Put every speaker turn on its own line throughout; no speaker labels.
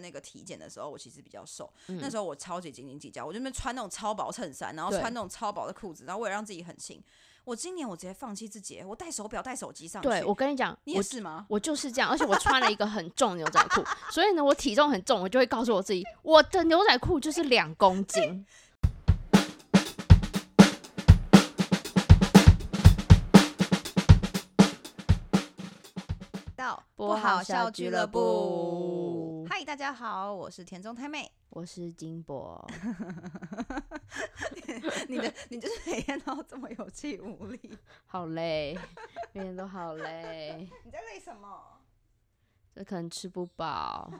那个体检的时候，我其实比较瘦，
嗯
那时候我超级斤斤计较，我就那边穿那种超薄衬衫，然后
对
穿那种超薄的裤子，然后为了让自己很轻。我今年我直接放弃自己，我戴手表、戴手机上去。
对我跟你讲，
你
我
也是吗？
我就是这样，而且我穿了一个很重的牛仔裤，所以呢，我体重很重，我就会告诉我自己，我的牛仔裤就是两公斤。
到
不好笑俱乐部
嗨，大家好，我是田中太妹。
我是金箔，
你的你就是每天都这么有气无力，
好累，每天都好累，
你在累什么？
这可能吃不 饱。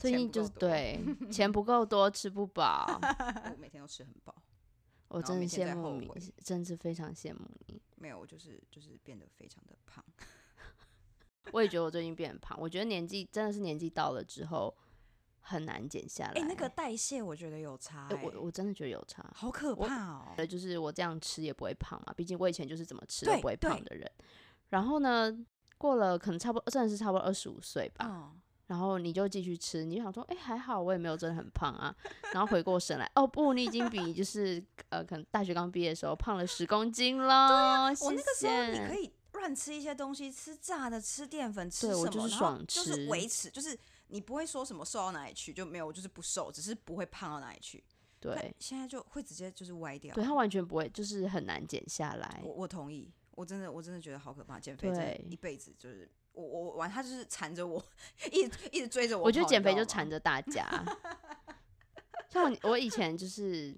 最
钱
近
不
就
够
是
多
对 钱不够多，吃不饱，
哦我每天都吃很饱，
我
然后
真的
每天
羡
在
慕
后
你
悔，
真是非常羡慕你。
没有，我就是就是变得非常的胖。
我也觉得我最近变胖，我觉得年纪真的是年纪到了之后很难减下来。
哎、那个代谢我觉得有差、
哎、
欸
我我真的觉得有差。
好可
我
怕哦、
对，就是我这样吃也不会胖嘛，毕竟我以前就是怎么吃都
对
不会
对
胖的人。然后呢，过了可能差不多真的是差不多二十五岁吧，
嗯，
然后你就继续吃，你就想说，哎、还好我也没有真的很胖啊。然后回过神来，哦不，你已经比就是呃，可能大学刚毕业的时候胖了十公斤喽。
啊我那个时候你可
以，
以乱吃一些东西，吃炸的，吃淀粉，吃
对
什
我
么，
就是
然后
爽
就是
吃
维持，就是你不会说什么瘦到哪里去，就没有，我就是不瘦，只是不会胖到哪里去。但
对，
现在就会直接就是歪掉。
对他完全不会，就是很难减下来
我。我同意，我真的我真的觉得好可怕，减肥真的
对
一辈子就是我我我玩他就是缠着我，一直一直追着我跑。
我觉得减肥就
缠
缠着大家。啊 像我，我以前就是，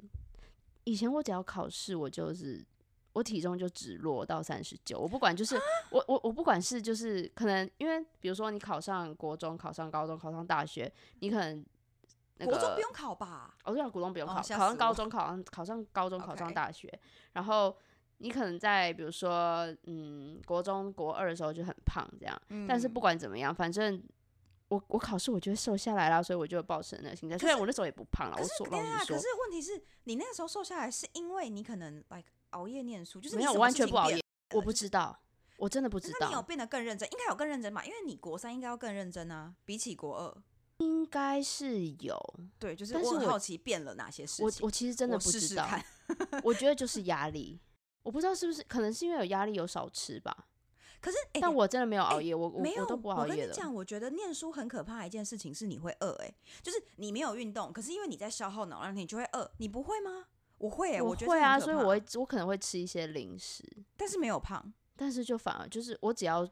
以前我只要考试，我就是我体重就只落到三十九，我不管 就是我我我不管是就是可能因为比如说你考上国中、考上高中、考上大学，你可能、那个
国中不用考吧？
哦，对啊，股东不用
哦
考，
吓
考
死
上高
我
中，考上考上高中，考上
OK
大学，然后你可能在比如说嗯国中国二的时候就很胖这样，但
嗯
是不管怎么样，反正我我考试我觉得瘦下来啦，所以我就抱持那个心态。虽然我那时候也不胖了，
可
我
是
说
等一
老
下，
实
啊可
说
是，问题是你那个时候瘦下来，是因为你可能 like 熬夜念书，就是
没
你
有
什
我
么
完
事
全
情
不熬
变
夜，
了
我不知道，我真的不知
那你有
道，
变得更认真，应该有更认真吧？因为你国三应该要更认真啊，比起国二，
应该是有，
对，就是
但是
我很
我
好奇变了哪些事
我
情。
我其实真的
我
不
试
知
试
道，
看，
我觉得就是压力，我不知道是不是可能是因为有压力有少吃吧，
可是哎，
但我真的没有熬
哎
夜，我我
没有，
我都不熬
跟
夜
你
的。
讲，我觉得念书很可怕的一件事情是你会饿，哎，就是你没有运动，可是因为你在消耗脑，让你就会饿，你不会吗？我会、欸，
我
觉得
会
这很
啊，
可
所以
怕
我会，我可能会吃一些零食，
但是没有胖，
但是就反而就是我只要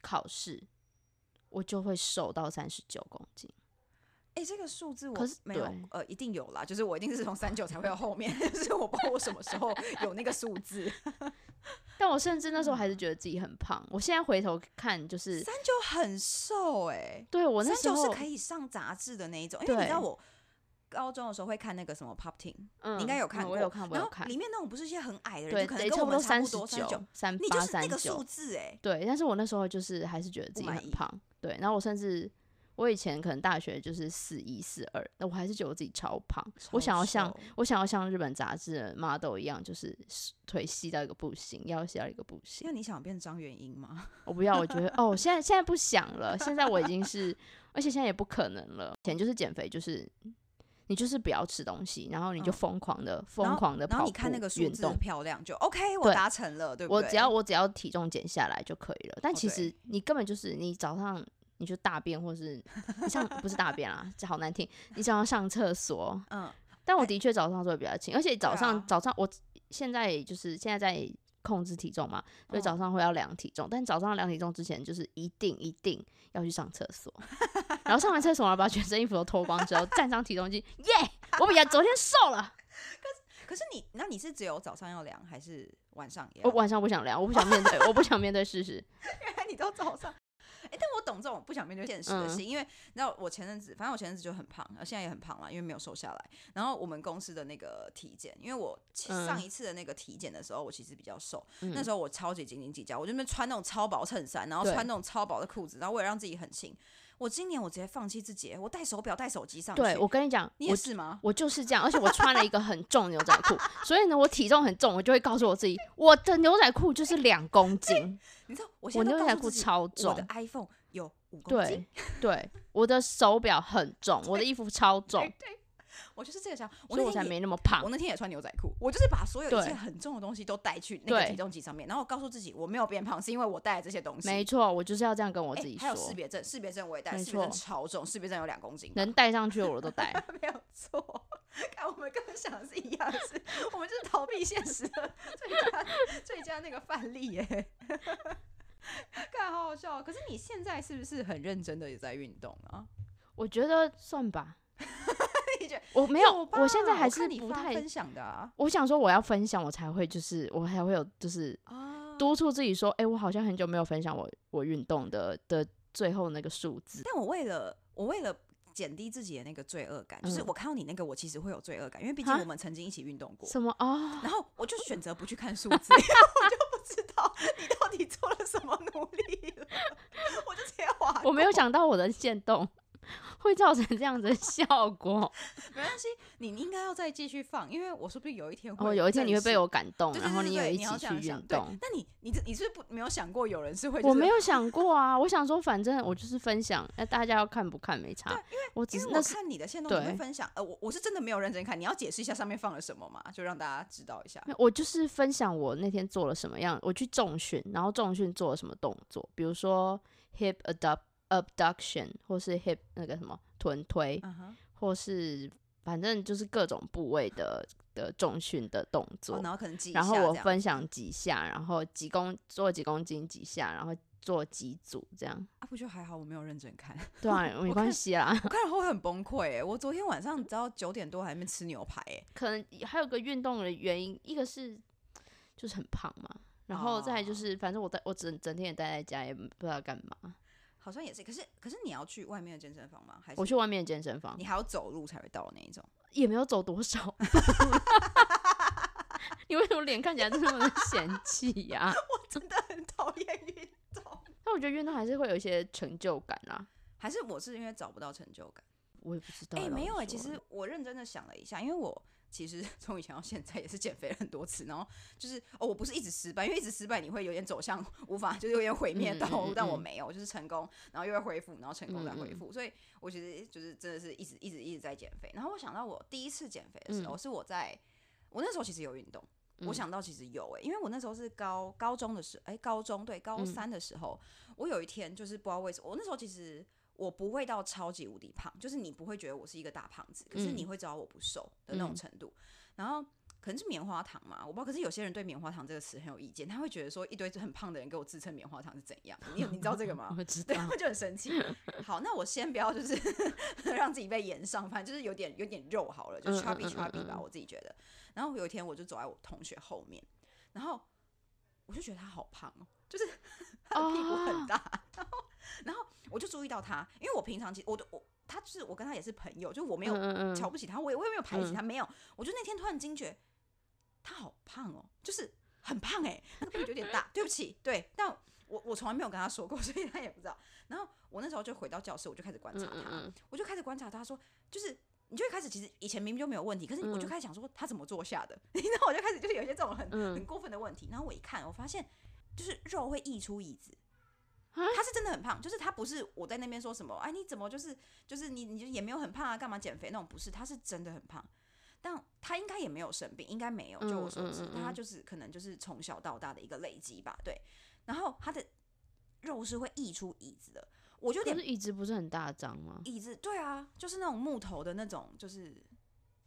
考试，我就会瘦到三十九公斤。
哎、这个数字我
可是
没有
对，
呃，一定有啦，就是我一定是从三九才会有后面， 就是我不知道我什么时候有那个数字，
但我甚至那时候还是觉得自己很胖。我现在回头看，就是
嗯三九很瘦、哎，
对我那
三
时
九
候
是可以上杂志的那一种，因为你知道
对
我高中的时候会看那个什么 Pop Team，
嗯
你应该有看
嗯
过，
我有看，我
然
有
后
看。
里面那种不是一些很矮的人，
对，
就可
得
能跟
差
我
不
们
多
差
三
不
十
多三
九、三
你就是
八、
那
三
个数
九。
字哎、
对，但是我那时候就是还是觉得自己
满
很
意
胖。对，然后我甚至我以前可能大学就是四一四二，那我还是觉得我自己超胖。我
超
想要像
瘦
我想要像日本杂志的 model 一样，就是腿细到一个不行，腰细到一个不行
那。你想变张元英吗？
我不要，我觉得哦，现在现在不想了，现在我已经是， 而且现在也不可能了。以前就是减肥，就是你就是不要吃东西，然后你就
嗯
疯狂的
然
疯
后
狂的
然
跑
后
步
你看那个数
运
字
动
很。漂亮，就 OK，我
对
达成了，对不对？
我只要我只要体重减下来就可以了，但
哦
其实
对
你根本就是你早上你就大便，或是你上不是大便啊，这好难听，你早上上厕所，
嗯，
但我
哎
的确早上做的比较轻，而且早上、
啊
早上我现在就是现在在控制体重嘛，所
嗯
以早上会要量体重，但早上量体重之前就是一定一定要去上厕 所，然后上完厕所，然后把全身衣服都脱光之后，站上体重机，耶、我比较昨天瘦 了。
可是你那你是只有早上要量还是晚上也要？
我晚上不想量，我不想面对，我不想面对 事实。
原来你都早上。哎、但我懂这种不想面对现实的
嗯
心，因为你知道我前阵子，反正我前阵子就很胖，呃，现在也很胖了，因为没有瘦下来。然后我们公司的那个体检，因为我其
嗯
上一次的那个体检的时候，我其实比较瘦，
嗯
那时候我超级斤斤计较，我就那边穿那种超薄衬衫，然后
对
穿那种超薄的裤子，然后为了让自己很轻，我今年我直接放弃自己，我戴手表、戴手机上去。
对我跟你讲，
你
我
也是吗？
我就是这样，而且我穿了一个很重的牛仔裤，所以呢，我体重很重，我就会告诉我自己，我的牛仔裤就是两公斤，
哎你知道我
我
现在
牛
都
仔
告
裤
诉自己，
超
我
重
的，iPhone 有五公斤
对。对，我的手表很重，我的衣服超重，
哎我就是这个想法，
所以
那
我
天
才
也
没那么胖
我。那天也穿牛仔裤，我就是把所有一切
对
很重的东西都带去那个
对
体重计上面，然后我告诉自己我没有变胖，是因为我带了这些东西。
没错，我就是要这样跟我
哎
自己
还有识
说，
别证，识别证我也带，
没
识别证
错
超重，识别证有两公斤吧，
能带上去的我都带。
没有错。看我们跟他想的是一样的 事，我们就是逃避现实的最佳最佳那个范例耶。 看，好好笑哦。可是你现在是不是很认真的也在运动啊？
我觉得算吧，
你觉得
我没有，
吧
我现在还
看
是
你
不
发
太
分。享的啊。
我想说我要分享，我才会就是我才会有就是
啊
督促自己说，哎、我好像很久没有分享我我运动的的最后那个数字。
但我为了我为了减低自己的那个罪恶感，就是
嗯
我看到你那个，我其实会有罪恶感，因为毕竟
哈
我们曾经一起运动过。
什么哦？
然后我就选择不去 看数字，因为我就不知道你到底做了什么努力了，我就直接划过。
我没有想到我的线动 会造成这样子的效果。
没关系，你应该要再继续放，因为我说不定有一天会、
哦，有一天你会被
我，
我感动，
对对
然后
对
你
对
也一
你要
起
这
去
样想
运
对
动。
那你你这你是不是不没有想过有人是会、就是？
我没有想过啊，我想说，反正我就是分享，那大家要看不看没差。我只
因
是
为
那
我
是
看你的线动，你会
对
分享，呃，我我是真的没有认真看，你要解释一下上面放了什么嘛，就让大家知道一下。
没有我就是分享我那天做了什么样，我去重训，然后重训做了什么动作，比如说 hip abduct abduction 或是 hip 那个什么臀推，
嗯哼，
或是反正就是各种部位的的重训的动作。
哦然后可能记一下
然
这样，
后我分享几下，然后几公做几公斤几下，然后做几组这样。
啊，不就还好，我没有认真看，
对 啊，没关
看
系啦。
我看了会很崩溃、欸。我昨天晚上你知道九点多还没吃牛排、欸，
可能还有个运动的原因，一个是就是很胖嘛，然后再来就
哦
是、反正我在我整整天也待在家，也不知道干嘛。
好像也是。可是可是你要去外面的健身房吗？还是
我去外面的健身房
你还要走路才会到那一种？
也没有走多少。你为什么脸看起来这么的嫌弃呀、
我真的很讨厌运动，
但我觉得运动还是会有一些成就感啦。
还是我是因为找不到成就感？
我也不知道
哎、
欸。老
没有
实
哎、其
说
实我认真的想了一下，因为我。其实 从以前到现在也是减肥了很多次，然后就是哦，我不是一直失败，因为一直失败你会有点走向无法，就是有点毁灭
嗯嗯
道路，
嗯
但我
嗯
没有，我就是成功，然后又会恢复，然后成功再恢
嗯嗯
复，所以我其实就是真的是一直一直一直在减肥。然后我想到我第一次减肥的时候，
嗯
是我在我那时候其实有运动，我
嗯
想到其实有哎、因为我那时候是高高中的时哎、高中对高
嗯
三的时候，我有一天就是不知道为什么，我那时候其实我不会到超级无敌胖，就是你不会觉得我是一个大胖子，可是
嗯
你会知道我不瘦的那种
嗯
程度。然后可能是棉花糖嘛，我不知道。可是有些人对棉花糖这个词很有意见，他会觉得说一堆很胖的人给我自称棉花糖是怎样？你有你知道这个吗？
我 知
对，
道，
我就很生气。 好，那我先不要就是 让自己被延上，反正就是有点有点肉好了，就
嗯
chubby
嗯嗯
chubby 吧，
嗯
我自己觉得。然后有一天我就走在我同学后面，然后我就觉得他好胖哦，就是 他的屁股很
哦
大， 然后然后我就注意到他，因为我平常其实我都我他就是我跟他也是朋友，就我没有
嗯嗯
瞧不起他，我也我也没有排挤
嗯
他，没有。我就那天突然惊觉，他好胖哦，就是很胖哎、那个屁股有点 大。对不起，对，但我我从来没有跟他说过，所以他也不知道。然后我那时候就回到教室，我就开始观察
嗯
他，
嗯嗯，
我就开始观察他说，就是。你就会开始，其实以前明明就没有问题，可是我就开始想说他怎么坐下的， 你知道，我就开始就是有一些这种很、
嗯
很过分的问题。然后我一看，我发现就是肉会溢出椅子，
啊
他是真的很胖，就是他不是我在那边说什么，哎，你怎么就是就是你你就也没有很胖啊，干嘛减肥那种，不是，他是真的很胖。但他应该也没有生病，应该没有，就我所知，
嗯嗯嗯嗯
但他就是可能就是从小到大的一个累积吧，对。然后他的肉是会溢出椅子的，我就有
可
点
是椅子不是很大张 吗？
椅子，对啊，就是那种木头的那种，就是，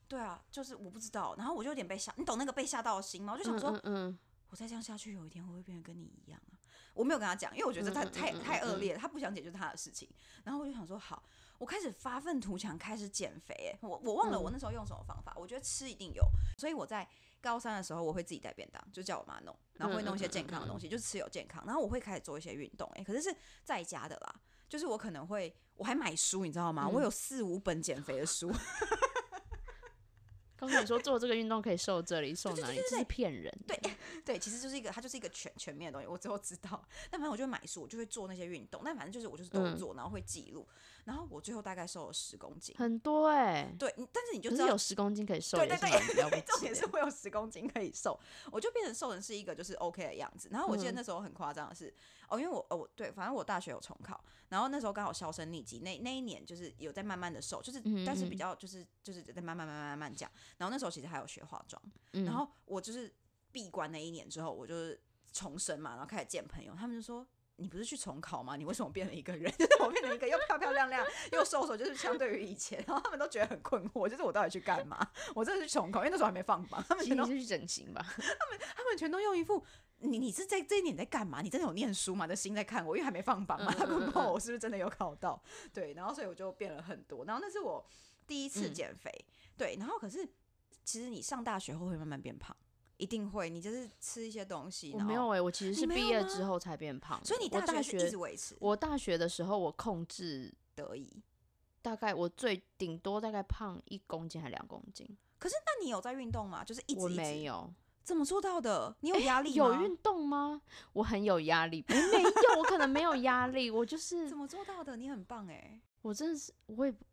对啊，就是我不知道。然后我就有点被吓，你懂那个被吓到的心吗？我就想说，
嗯嗯
我再这样下去，有一天我会变得跟你一样啊！我没有跟他讲，因为我觉得
嗯
他
嗯
太
嗯嗯
太恶
嗯
劣了，他不想解决他的事情。然后我就想说，好，我开始发愤图强，开始减肥、欸。我我忘了
嗯
我那时候用什么方法，我觉得吃一定有。所以我在高三的时候，我会自己带便当，就叫我妈弄，然后会
嗯
弄一些健康的东西，就是吃有健康。然后我会开始做一些运动、欸，可是是在家的啦，就是我可能会，我还买书，你知道吗？
嗯
我有四五本减肥的书，
刚才你说做这个运动可以瘦这里瘦
对
那
对
里，这是骗人的。对，
对，其实就是一个，它就是一个全全面的东西，我之后知道。但反正我就会买书，我就会做那些运动，但反正就是我就是都
嗯
做，然后会记录。然后我最后大概瘦了十公斤。
很多哎、
对，你但是你就
可
知
是
道
有十公斤可以瘦，
对
也
对
是
对
蛮了不
重
起
点
的。
是我有十公斤可以瘦， 我就变成瘦成是一个就是 OK 的样子。然后我记得
嗯
那时候很夸张的是，哦，因为我哦我对，反正我大学有重考，然后那时候刚好销声匿迹，那那一年就是有在慢慢的瘦，就是、但是
嗯嗯
比
嗯
较就是就是在慢慢慢慢慢慢讲。然后那时候其实还有学化妆，
嗯
然后我就是闭关那一年之后，我就是重生嘛，然后开始见朋友，他们就说。你不是去重考吗？你为什么变了一个人？ 就是我变成一个又漂漂亮亮又瘦瘦，就是相对于以前，然后他们都觉得很困惑，就是我到底去干嘛？我真的是重考，因为那时候还没放榜，他们
其实
全
你
都
是去整形吧？
他们全都用一副你你是在这一年你在干嘛？你真的有念书吗？的心在看我，因为还没放榜嘛，
嗯
他 根本不知道我是不是真的有考到。对，然后所以我就变了很多。然后那是我第一次
嗯
减肥，对，然后可是其实你上大学后会慢慢变胖，一定会，你就是吃一些东西，
我
然
没
后
有，哎、我其实
你
是
没
毕
有
业
吗
之后才变胖的。
所以你
我大
大学一
学
直维持，
我大学的时候，我控制
得意。
大概我最顶多大概胖一公斤还两公斤，
可是那你有在运动吗？就是一直
我
一直
没有。
怎么做到的？你有压力吗？
有运动吗？我很有压力，没没有，我可能没有压力，我就是
怎么做到的？你很棒哎、
我真的是我也不，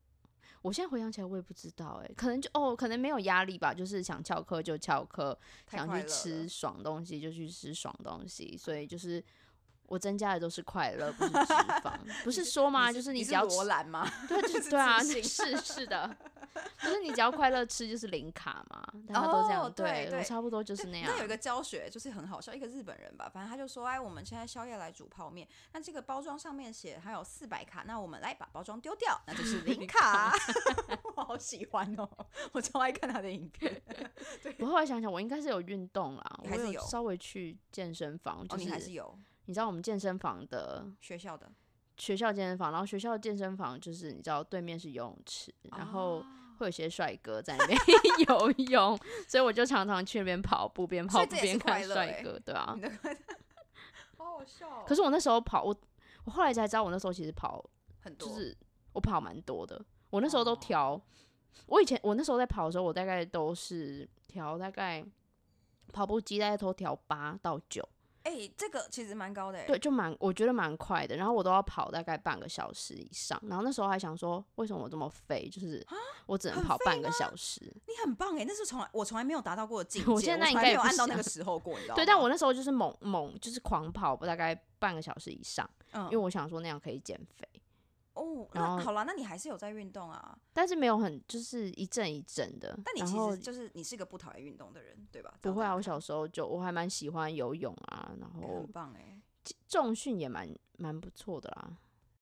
我现在回想起来我也不知道哎、可能就哦，可能没有压力吧，就是想翘课就翘课，
太
想
快
去
乐
吃
了。
爽东西就去吃爽东西，所以就是我增加的都是快乐，不是脂肪，不是说吗？
你
就是
你
只要吃
罗，兰吗？
对，
是
就是
自
对啊，
信
是是的，就是你只要快乐吃就是零卡嘛，大家都这样，
哦对对
我差不多就是那样。
那有一个教学就是很好笑，一个日本人吧，反正他就说，哎，我们现在宵夜来煮泡面，那这个包装上面写还有四百卡，那我们来把包装丢掉，那就是零卡。 我好喜欢哦，我超爱看他的影片。
我后来想想，我应该是有运动啦，我
还是
有
有
稍微去健身房， 就
哦，你还是有
你知道我们健身房的
学校的，
学校健身房，然后学校健身房就是你知道对面是游泳池，然后
啊
会有些帅哥在那边 游泳，所以我就常常去那边跑步，边
所
跑
以这
步
也
边
是快
看
乐
帅
欸
哥，对啊
你。的好好笑、哦。
可是我那时候跑，我我后来才知道，我那时候其实跑
很多，
就是我跑蛮多的，我那时候都
哦
调。我以前我那时候在跑的时候，我大概都是调大概跑步机大概都调八到九，
哎、这个其实蛮高的、哎，
对，就蛮我觉得蛮快的。然后我都要跑大概半个小时以上，然后那时候还想说，为什么我这么肥？就是我只能
啊很
跑
废
半个小时。
你很棒哎、那是从来我从来没有达到过的境界，
我现在应
从来
该
没
也
有
不
按到那个
想
时候过， 你知道吗？
对，但我那时候就是猛猛就是狂跑，大概半个小时以上，
嗯
因为我想说那样可以减肥。
哦，
然
那
后
好啦，那你还是有在运动啊。
但是没有很就是一阵一阵的，
但你
然
其
后
实就是你是个不讨厌运动的人，对吧？
不会啊，我小
小
时候就我还蛮喜欢游泳啊，然后
很棒哎、
重训也蛮蛮不错的啦。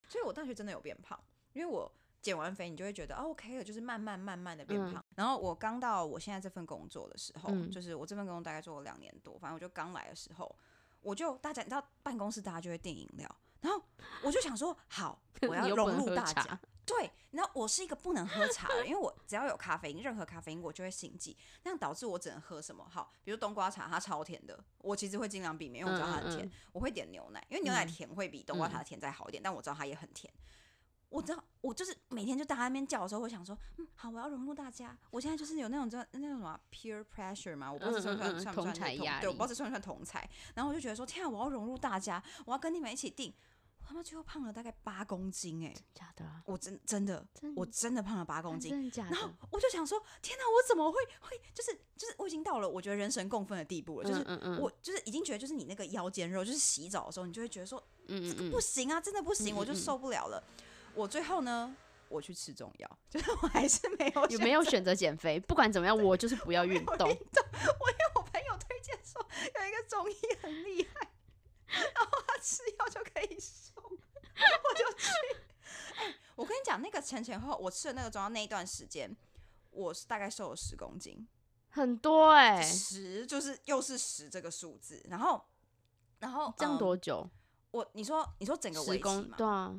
所以我大学真的有变胖，因为我减完肥，你就会觉得、哦、OK 了，就是慢慢慢慢的变
嗯
胖。然后我刚到我现在这份工作的时候，
嗯
就是我这份工作大概做了两年多，反正我就刚来的时候，我就大家你知道办公室大家就会订饮料，然后我就想说 好，我要
你又不
融
能
入
喝
大
茶
家。对，然后我是一个不能喝茶的人，因为我只要有咖啡因，任何咖啡因我就会心悸，那样导致我只能喝什么好，比如冬瓜茶，它超甜的，我其实会尽量避免，因为我知道它很甜。
嗯嗯嗯
我会点牛奶，因为牛奶
嗯
甜会比冬瓜茶的甜再好一点，但我知道它也很甜。我知道，我就是每天就大家在那边叫的时候，我想说，嗯，好，我要融入大家。我现在就是有那种叫那种什么啊 peer pressure 嘛，我不知道这算不
嗯嗯
算
嗯
算不算
同才
那个
压
对，我
力
不知道这算不算同才。然后我就觉得说，天啊，我要融入大家，我要跟你们一起订。我他妈最后胖了大概八公斤哎、
假的啊，
我真真的，
真啊
我真的胖了八公斤。
真的假
然后
的？
我就想说，天哪，我怎么会会就是就是我已经到了我觉得人神共愤的地步了，就是
嗯嗯嗯
我就是已经觉得，就是你那个腰间肉，就是洗澡的时候，你就会觉得说
嗯嗯嗯
不行啊，真的不行，
嗯嗯
我就
嗯
受不了了。我最后呢，我去吃中药， 就是我还是没有
有
选
没有选择减肥？不管怎么样，我就是不要运
我
动
运。动。我有我朋友推荐说有一个中医很厉害， 然后他吃药就可以瘦， 我就去。哎、我跟你讲，那个前前后后我吃的那个中药那一段时间，我是大概瘦了十公斤。
很多哎、
十就是又是十这个数字，然后然后
这样
嗯
多久？
我你说你说整个
十
围棋
公
嘛，
对啊，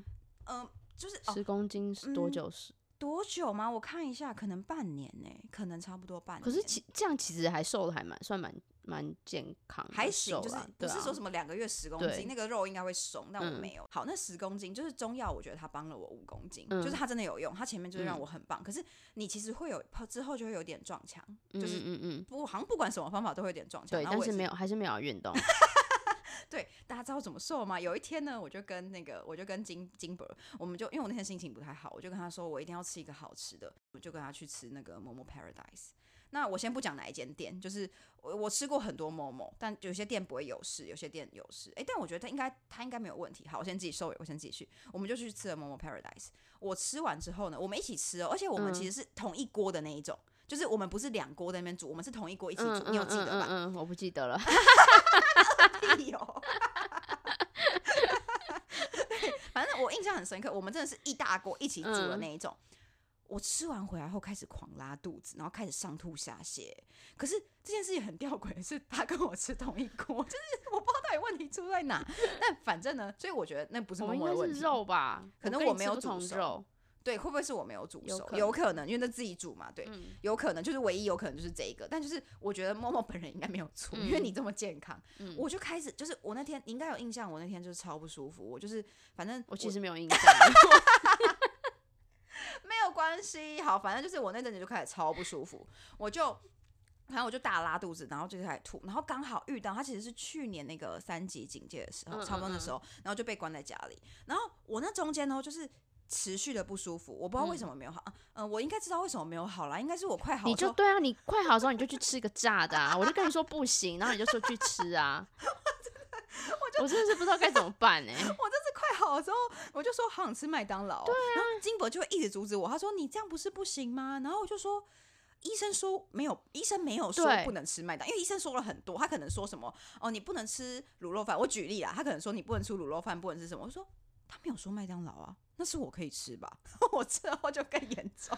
嗯、就是哦
十公斤是多久是？
多久吗？我看一下，可能半年呢、可能差不多半年。
可是其这样其实还瘦的还蛮算蛮蛮健康，
还
蛮
行，
瘦
就是
啦
不
对
是说
啊
什么两个月十公
对
斤，那个肉应该会松，但我
嗯
没有。好，那十公斤就是中药，我觉得它帮了我五公斤，
嗯
就是它真的有用，它前面就是让
嗯
我很棒。可是你其实会有之后就会有点撞墙，就
嗯
是
嗯嗯嗯，
不好像不管什么方法都会有点撞墙，
对，
然后
但
我也
是
是
没有还是没有要运动，
对，大家知道怎么瘦吗？有一天呢，我就跟那个，我就跟金金伯，我们就因为我那天心情不太好，我就跟他说，我一定要吃一个好吃的，我就跟他去吃那个 Momo Paradise。那我先不讲哪一间店，就是我我吃过很多 Momo，但有些店不会有事，有些店有事。诶，但我觉得他应该他应该没有问题。好，我先自己收尾，我先自己去。我们就去吃了 Momo Paradise。我吃完之后呢，我们一起吃哦，而且我们
嗯
其实是同一锅的那一种，就是我们不是两锅在那边煮，我们是同一锅一起煮。
嗯
你有记得吧？
嗯嗯嗯，我不记得了。
屁哦！ 对反正我印象很深刻，我们真的是一大锅一起煮
嗯
的那一种。我吃完回来后开始狂拉肚子，然后开始上吐下泻。可是这件事情很吊诡的是，他跟我吃同一锅，就是我不知道到底问题出在哪。但反正呢，所以我觉得那不是
我
默
们应
默
该
的问
是
题。
肉吧？
可能
跟
我
你
没
吃
有
不
煮
同
熟
肉。
对，会不会是我没有煮
有
熟
可？能
有可能，因为那自己煮嘛，对，
嗯
有可能就是唯一有可能就是这一个。但就是我觉得默默本人应该没有错，因为
嗯
你这么健康，
嗯
我就开始就是我那天你应该有印象，我那天就是超不舒服，我就是反正
我其
实
实没有印象。啊
没有关系，好，反正就是我那阵子就开始超不舒服，我就。反正我就大拉肚子，然后就开始吐，然后刚好遇到他其实是去年那个三级警戒的时候，
嗯
差不多
嗯
那
嗯
时候，然后就被关在家里。然后我那中间呢，就是持续的不舒服，我不知道为什么没有好。嗯、呃我应该知道为什么没有好啦，应该是我快好
你
的时
就
候
对啊，你快好的时候你 就去吃个炸的啊！我就跟你说不行，然后你就说去吃 啊。我真的是不知道该怎么办
我
哎、
这次快好的时候，我就说好想吃麦当劳哦、然后金伯就会一直阻止我，他说你这样不是不行吗？然后我就说。医生说没有，医生没有说
对
不能吃麦当，因为医生说了很多，他可能说什么哦，你不能吃卤肉饭。我举例啦，他可能说你不能吃卤肉饭，不能吃什么。我说他没有说麦当劳啊，那是我可以吃吧？ 我吃了后就更严重，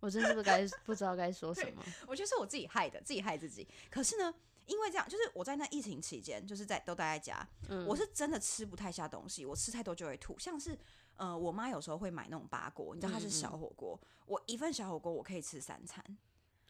我真是不该不知道该说什么。
我觉得是我自己害的，自己害自己。可是呢，因为这样，就是我在那疫情期间，就是在都待在家，
嗯，
我是真的吃不太下东西，我吃太多就会吐。像是呃，我妈有时候会买那种八锅，你知道它是
嗯嗯
小火锅，我一份小火锅我可以吃三餐，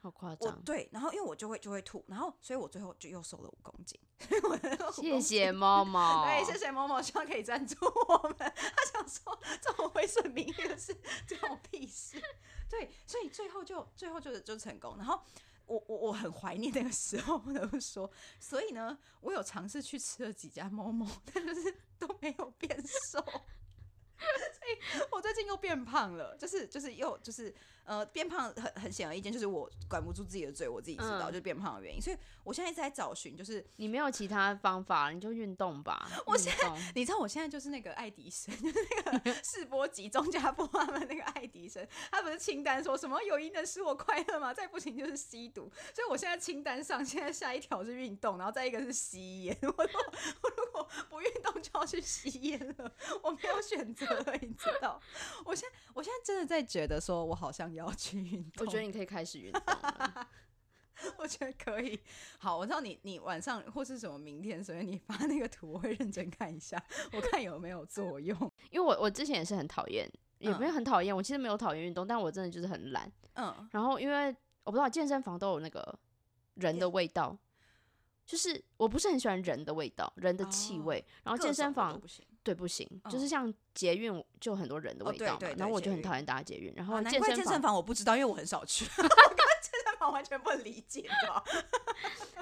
好夸
我
张，
对，然后因为我就会就会吐，然后所以我最后就又瘦了五公斤，所以我的5
谢
公
谢
斤。
猫猫。
对，哎谢谢某某，希望可以赞助我们。 他想说这种灰色名誉的事，关我屁事。对，所以最后就最后就就成功。然后我我我很怀念那个时候，不得不说。所以呢，我有尝试去吃了几家某某，但就是都没有变瘦。所 以我最近又变胖了，就是就是又就是呃变胖很很显而易见，就是我管不住自己的嘴，我自己知道、
嗯
就是变胖的原因。所以我现在一直在找寻，就是
你没有其他方法，你就运动吧。
我
运
现
动
你知道我现在就是那个爱迪生， 就是 那个世波集中加波他们那个爱迪生，他不是清单说什么友谊能使我快乐吗？再不行就是吸毒，所以我现在清单上现在下一条是运动，然后再一个是吸烟。 我说我如果不运动就要去吸烟了，我没有选择了，你知道？我现在我现在真的在觉得说我好像要去运
我
动，
觉得你可以开始运动了。
我觉得可以。好，我知道你你晚上或是什么明天，所以你发那个图我会认真看一下，我看有没有作用。
因为我我之前也是很讨厌，也
嗯
没有很讨厌，我其实没有讨厌运动，但我真的就是很懒。
嗯，
然后因为我不知道健身房都有那个人的味道，就是我不是很喜欢人的味道，人的气
哦
味。然后
各
健
种
身
的
房
都不行，
对不行，就是
嗯
像捷运就很多人的
哦
味
对
道嘛，
对
然
对
后我
捷
就很讨
运
厌搭捷运。然
啊
后
难
健
怪
身
健
房
身房我不知道，因为我很少 去，我跟健身房完全不理解，你知道吗？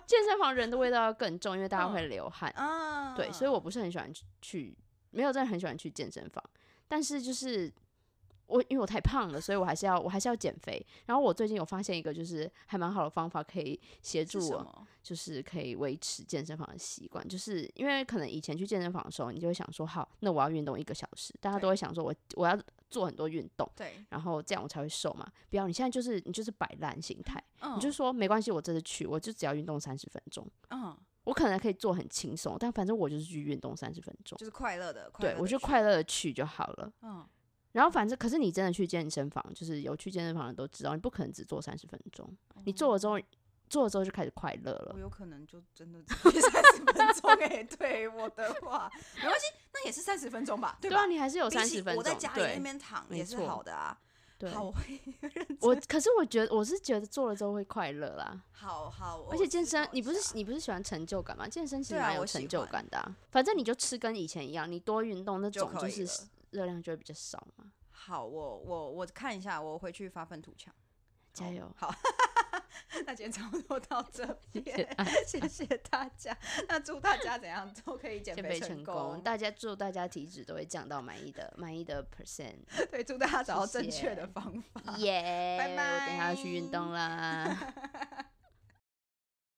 健身房人的味道要更重，因为大家
嗯
会流汗。
啊
对，所以我不是很喜欢去去，没有真的很喜欢去健身房。但是就是我因为我太胖了，所以我还是要我还是要减肥。然后我最近有发现一个就是还蛮好的方法，可以协
嗯是
助
什
我，
么？
就是可以维持健身房的习惯。就是因为可能以前去健身房的时候，你就会想说，好，那我要运动一个小时，大家
对
都会想说我我要做很多运动。
对，
然后这样我才会瘦嘛。不要，你现在就是你就是摆烂心态，
嗯，
你就说没关系，我这次去我就只要运动三十分钟，
嗯，
我可能可以做很轻松，但反正我就是去运动三十分钟，
就是快乐的，快乐
对
地
我就
去，
快乐的去就好了。
嗯，
然后反正，可是你真的去健身房，就是有去健身房的都知道，你不可能只做三十分钟，你做了之
哦
后，做了之后就开始快乐了
我。有可能就真的 只三十分钟诶，对我的话，没关系，那也是三十分钟吧，对
对啊，
吧？
你还是有
比
三
起
十分
我
钟
在家，里那
对
边躺
没
也是
错
好的啊。
对。
好，我会
我可是我觉得我是觉得做了之后会快乐啦，
好好，
而
我
且健
思
身
考，一
你不
下
是你不是喜欢成就感吗？健身其
对
实
啊
蛮有
我喜
成就
欢
感的、啊，反正你就吃跟以前一样，你多运动那
就
种
可
就
以
是
了。
热量就会比较少嘛。
好，我我我看一下，我回去发愤图强。
加油！
好， 那今天差不多到这
谢
边
大，
谢谢大家。那祝大家怎样都可以减
减
肥
肥
成
成
功
功，，大家祝大家体脂都会降到满意的满意的 percent，
对，祝大家找到正
谢谢
确的方法。
耶！
拜
我等一下要去运
拜
动啦。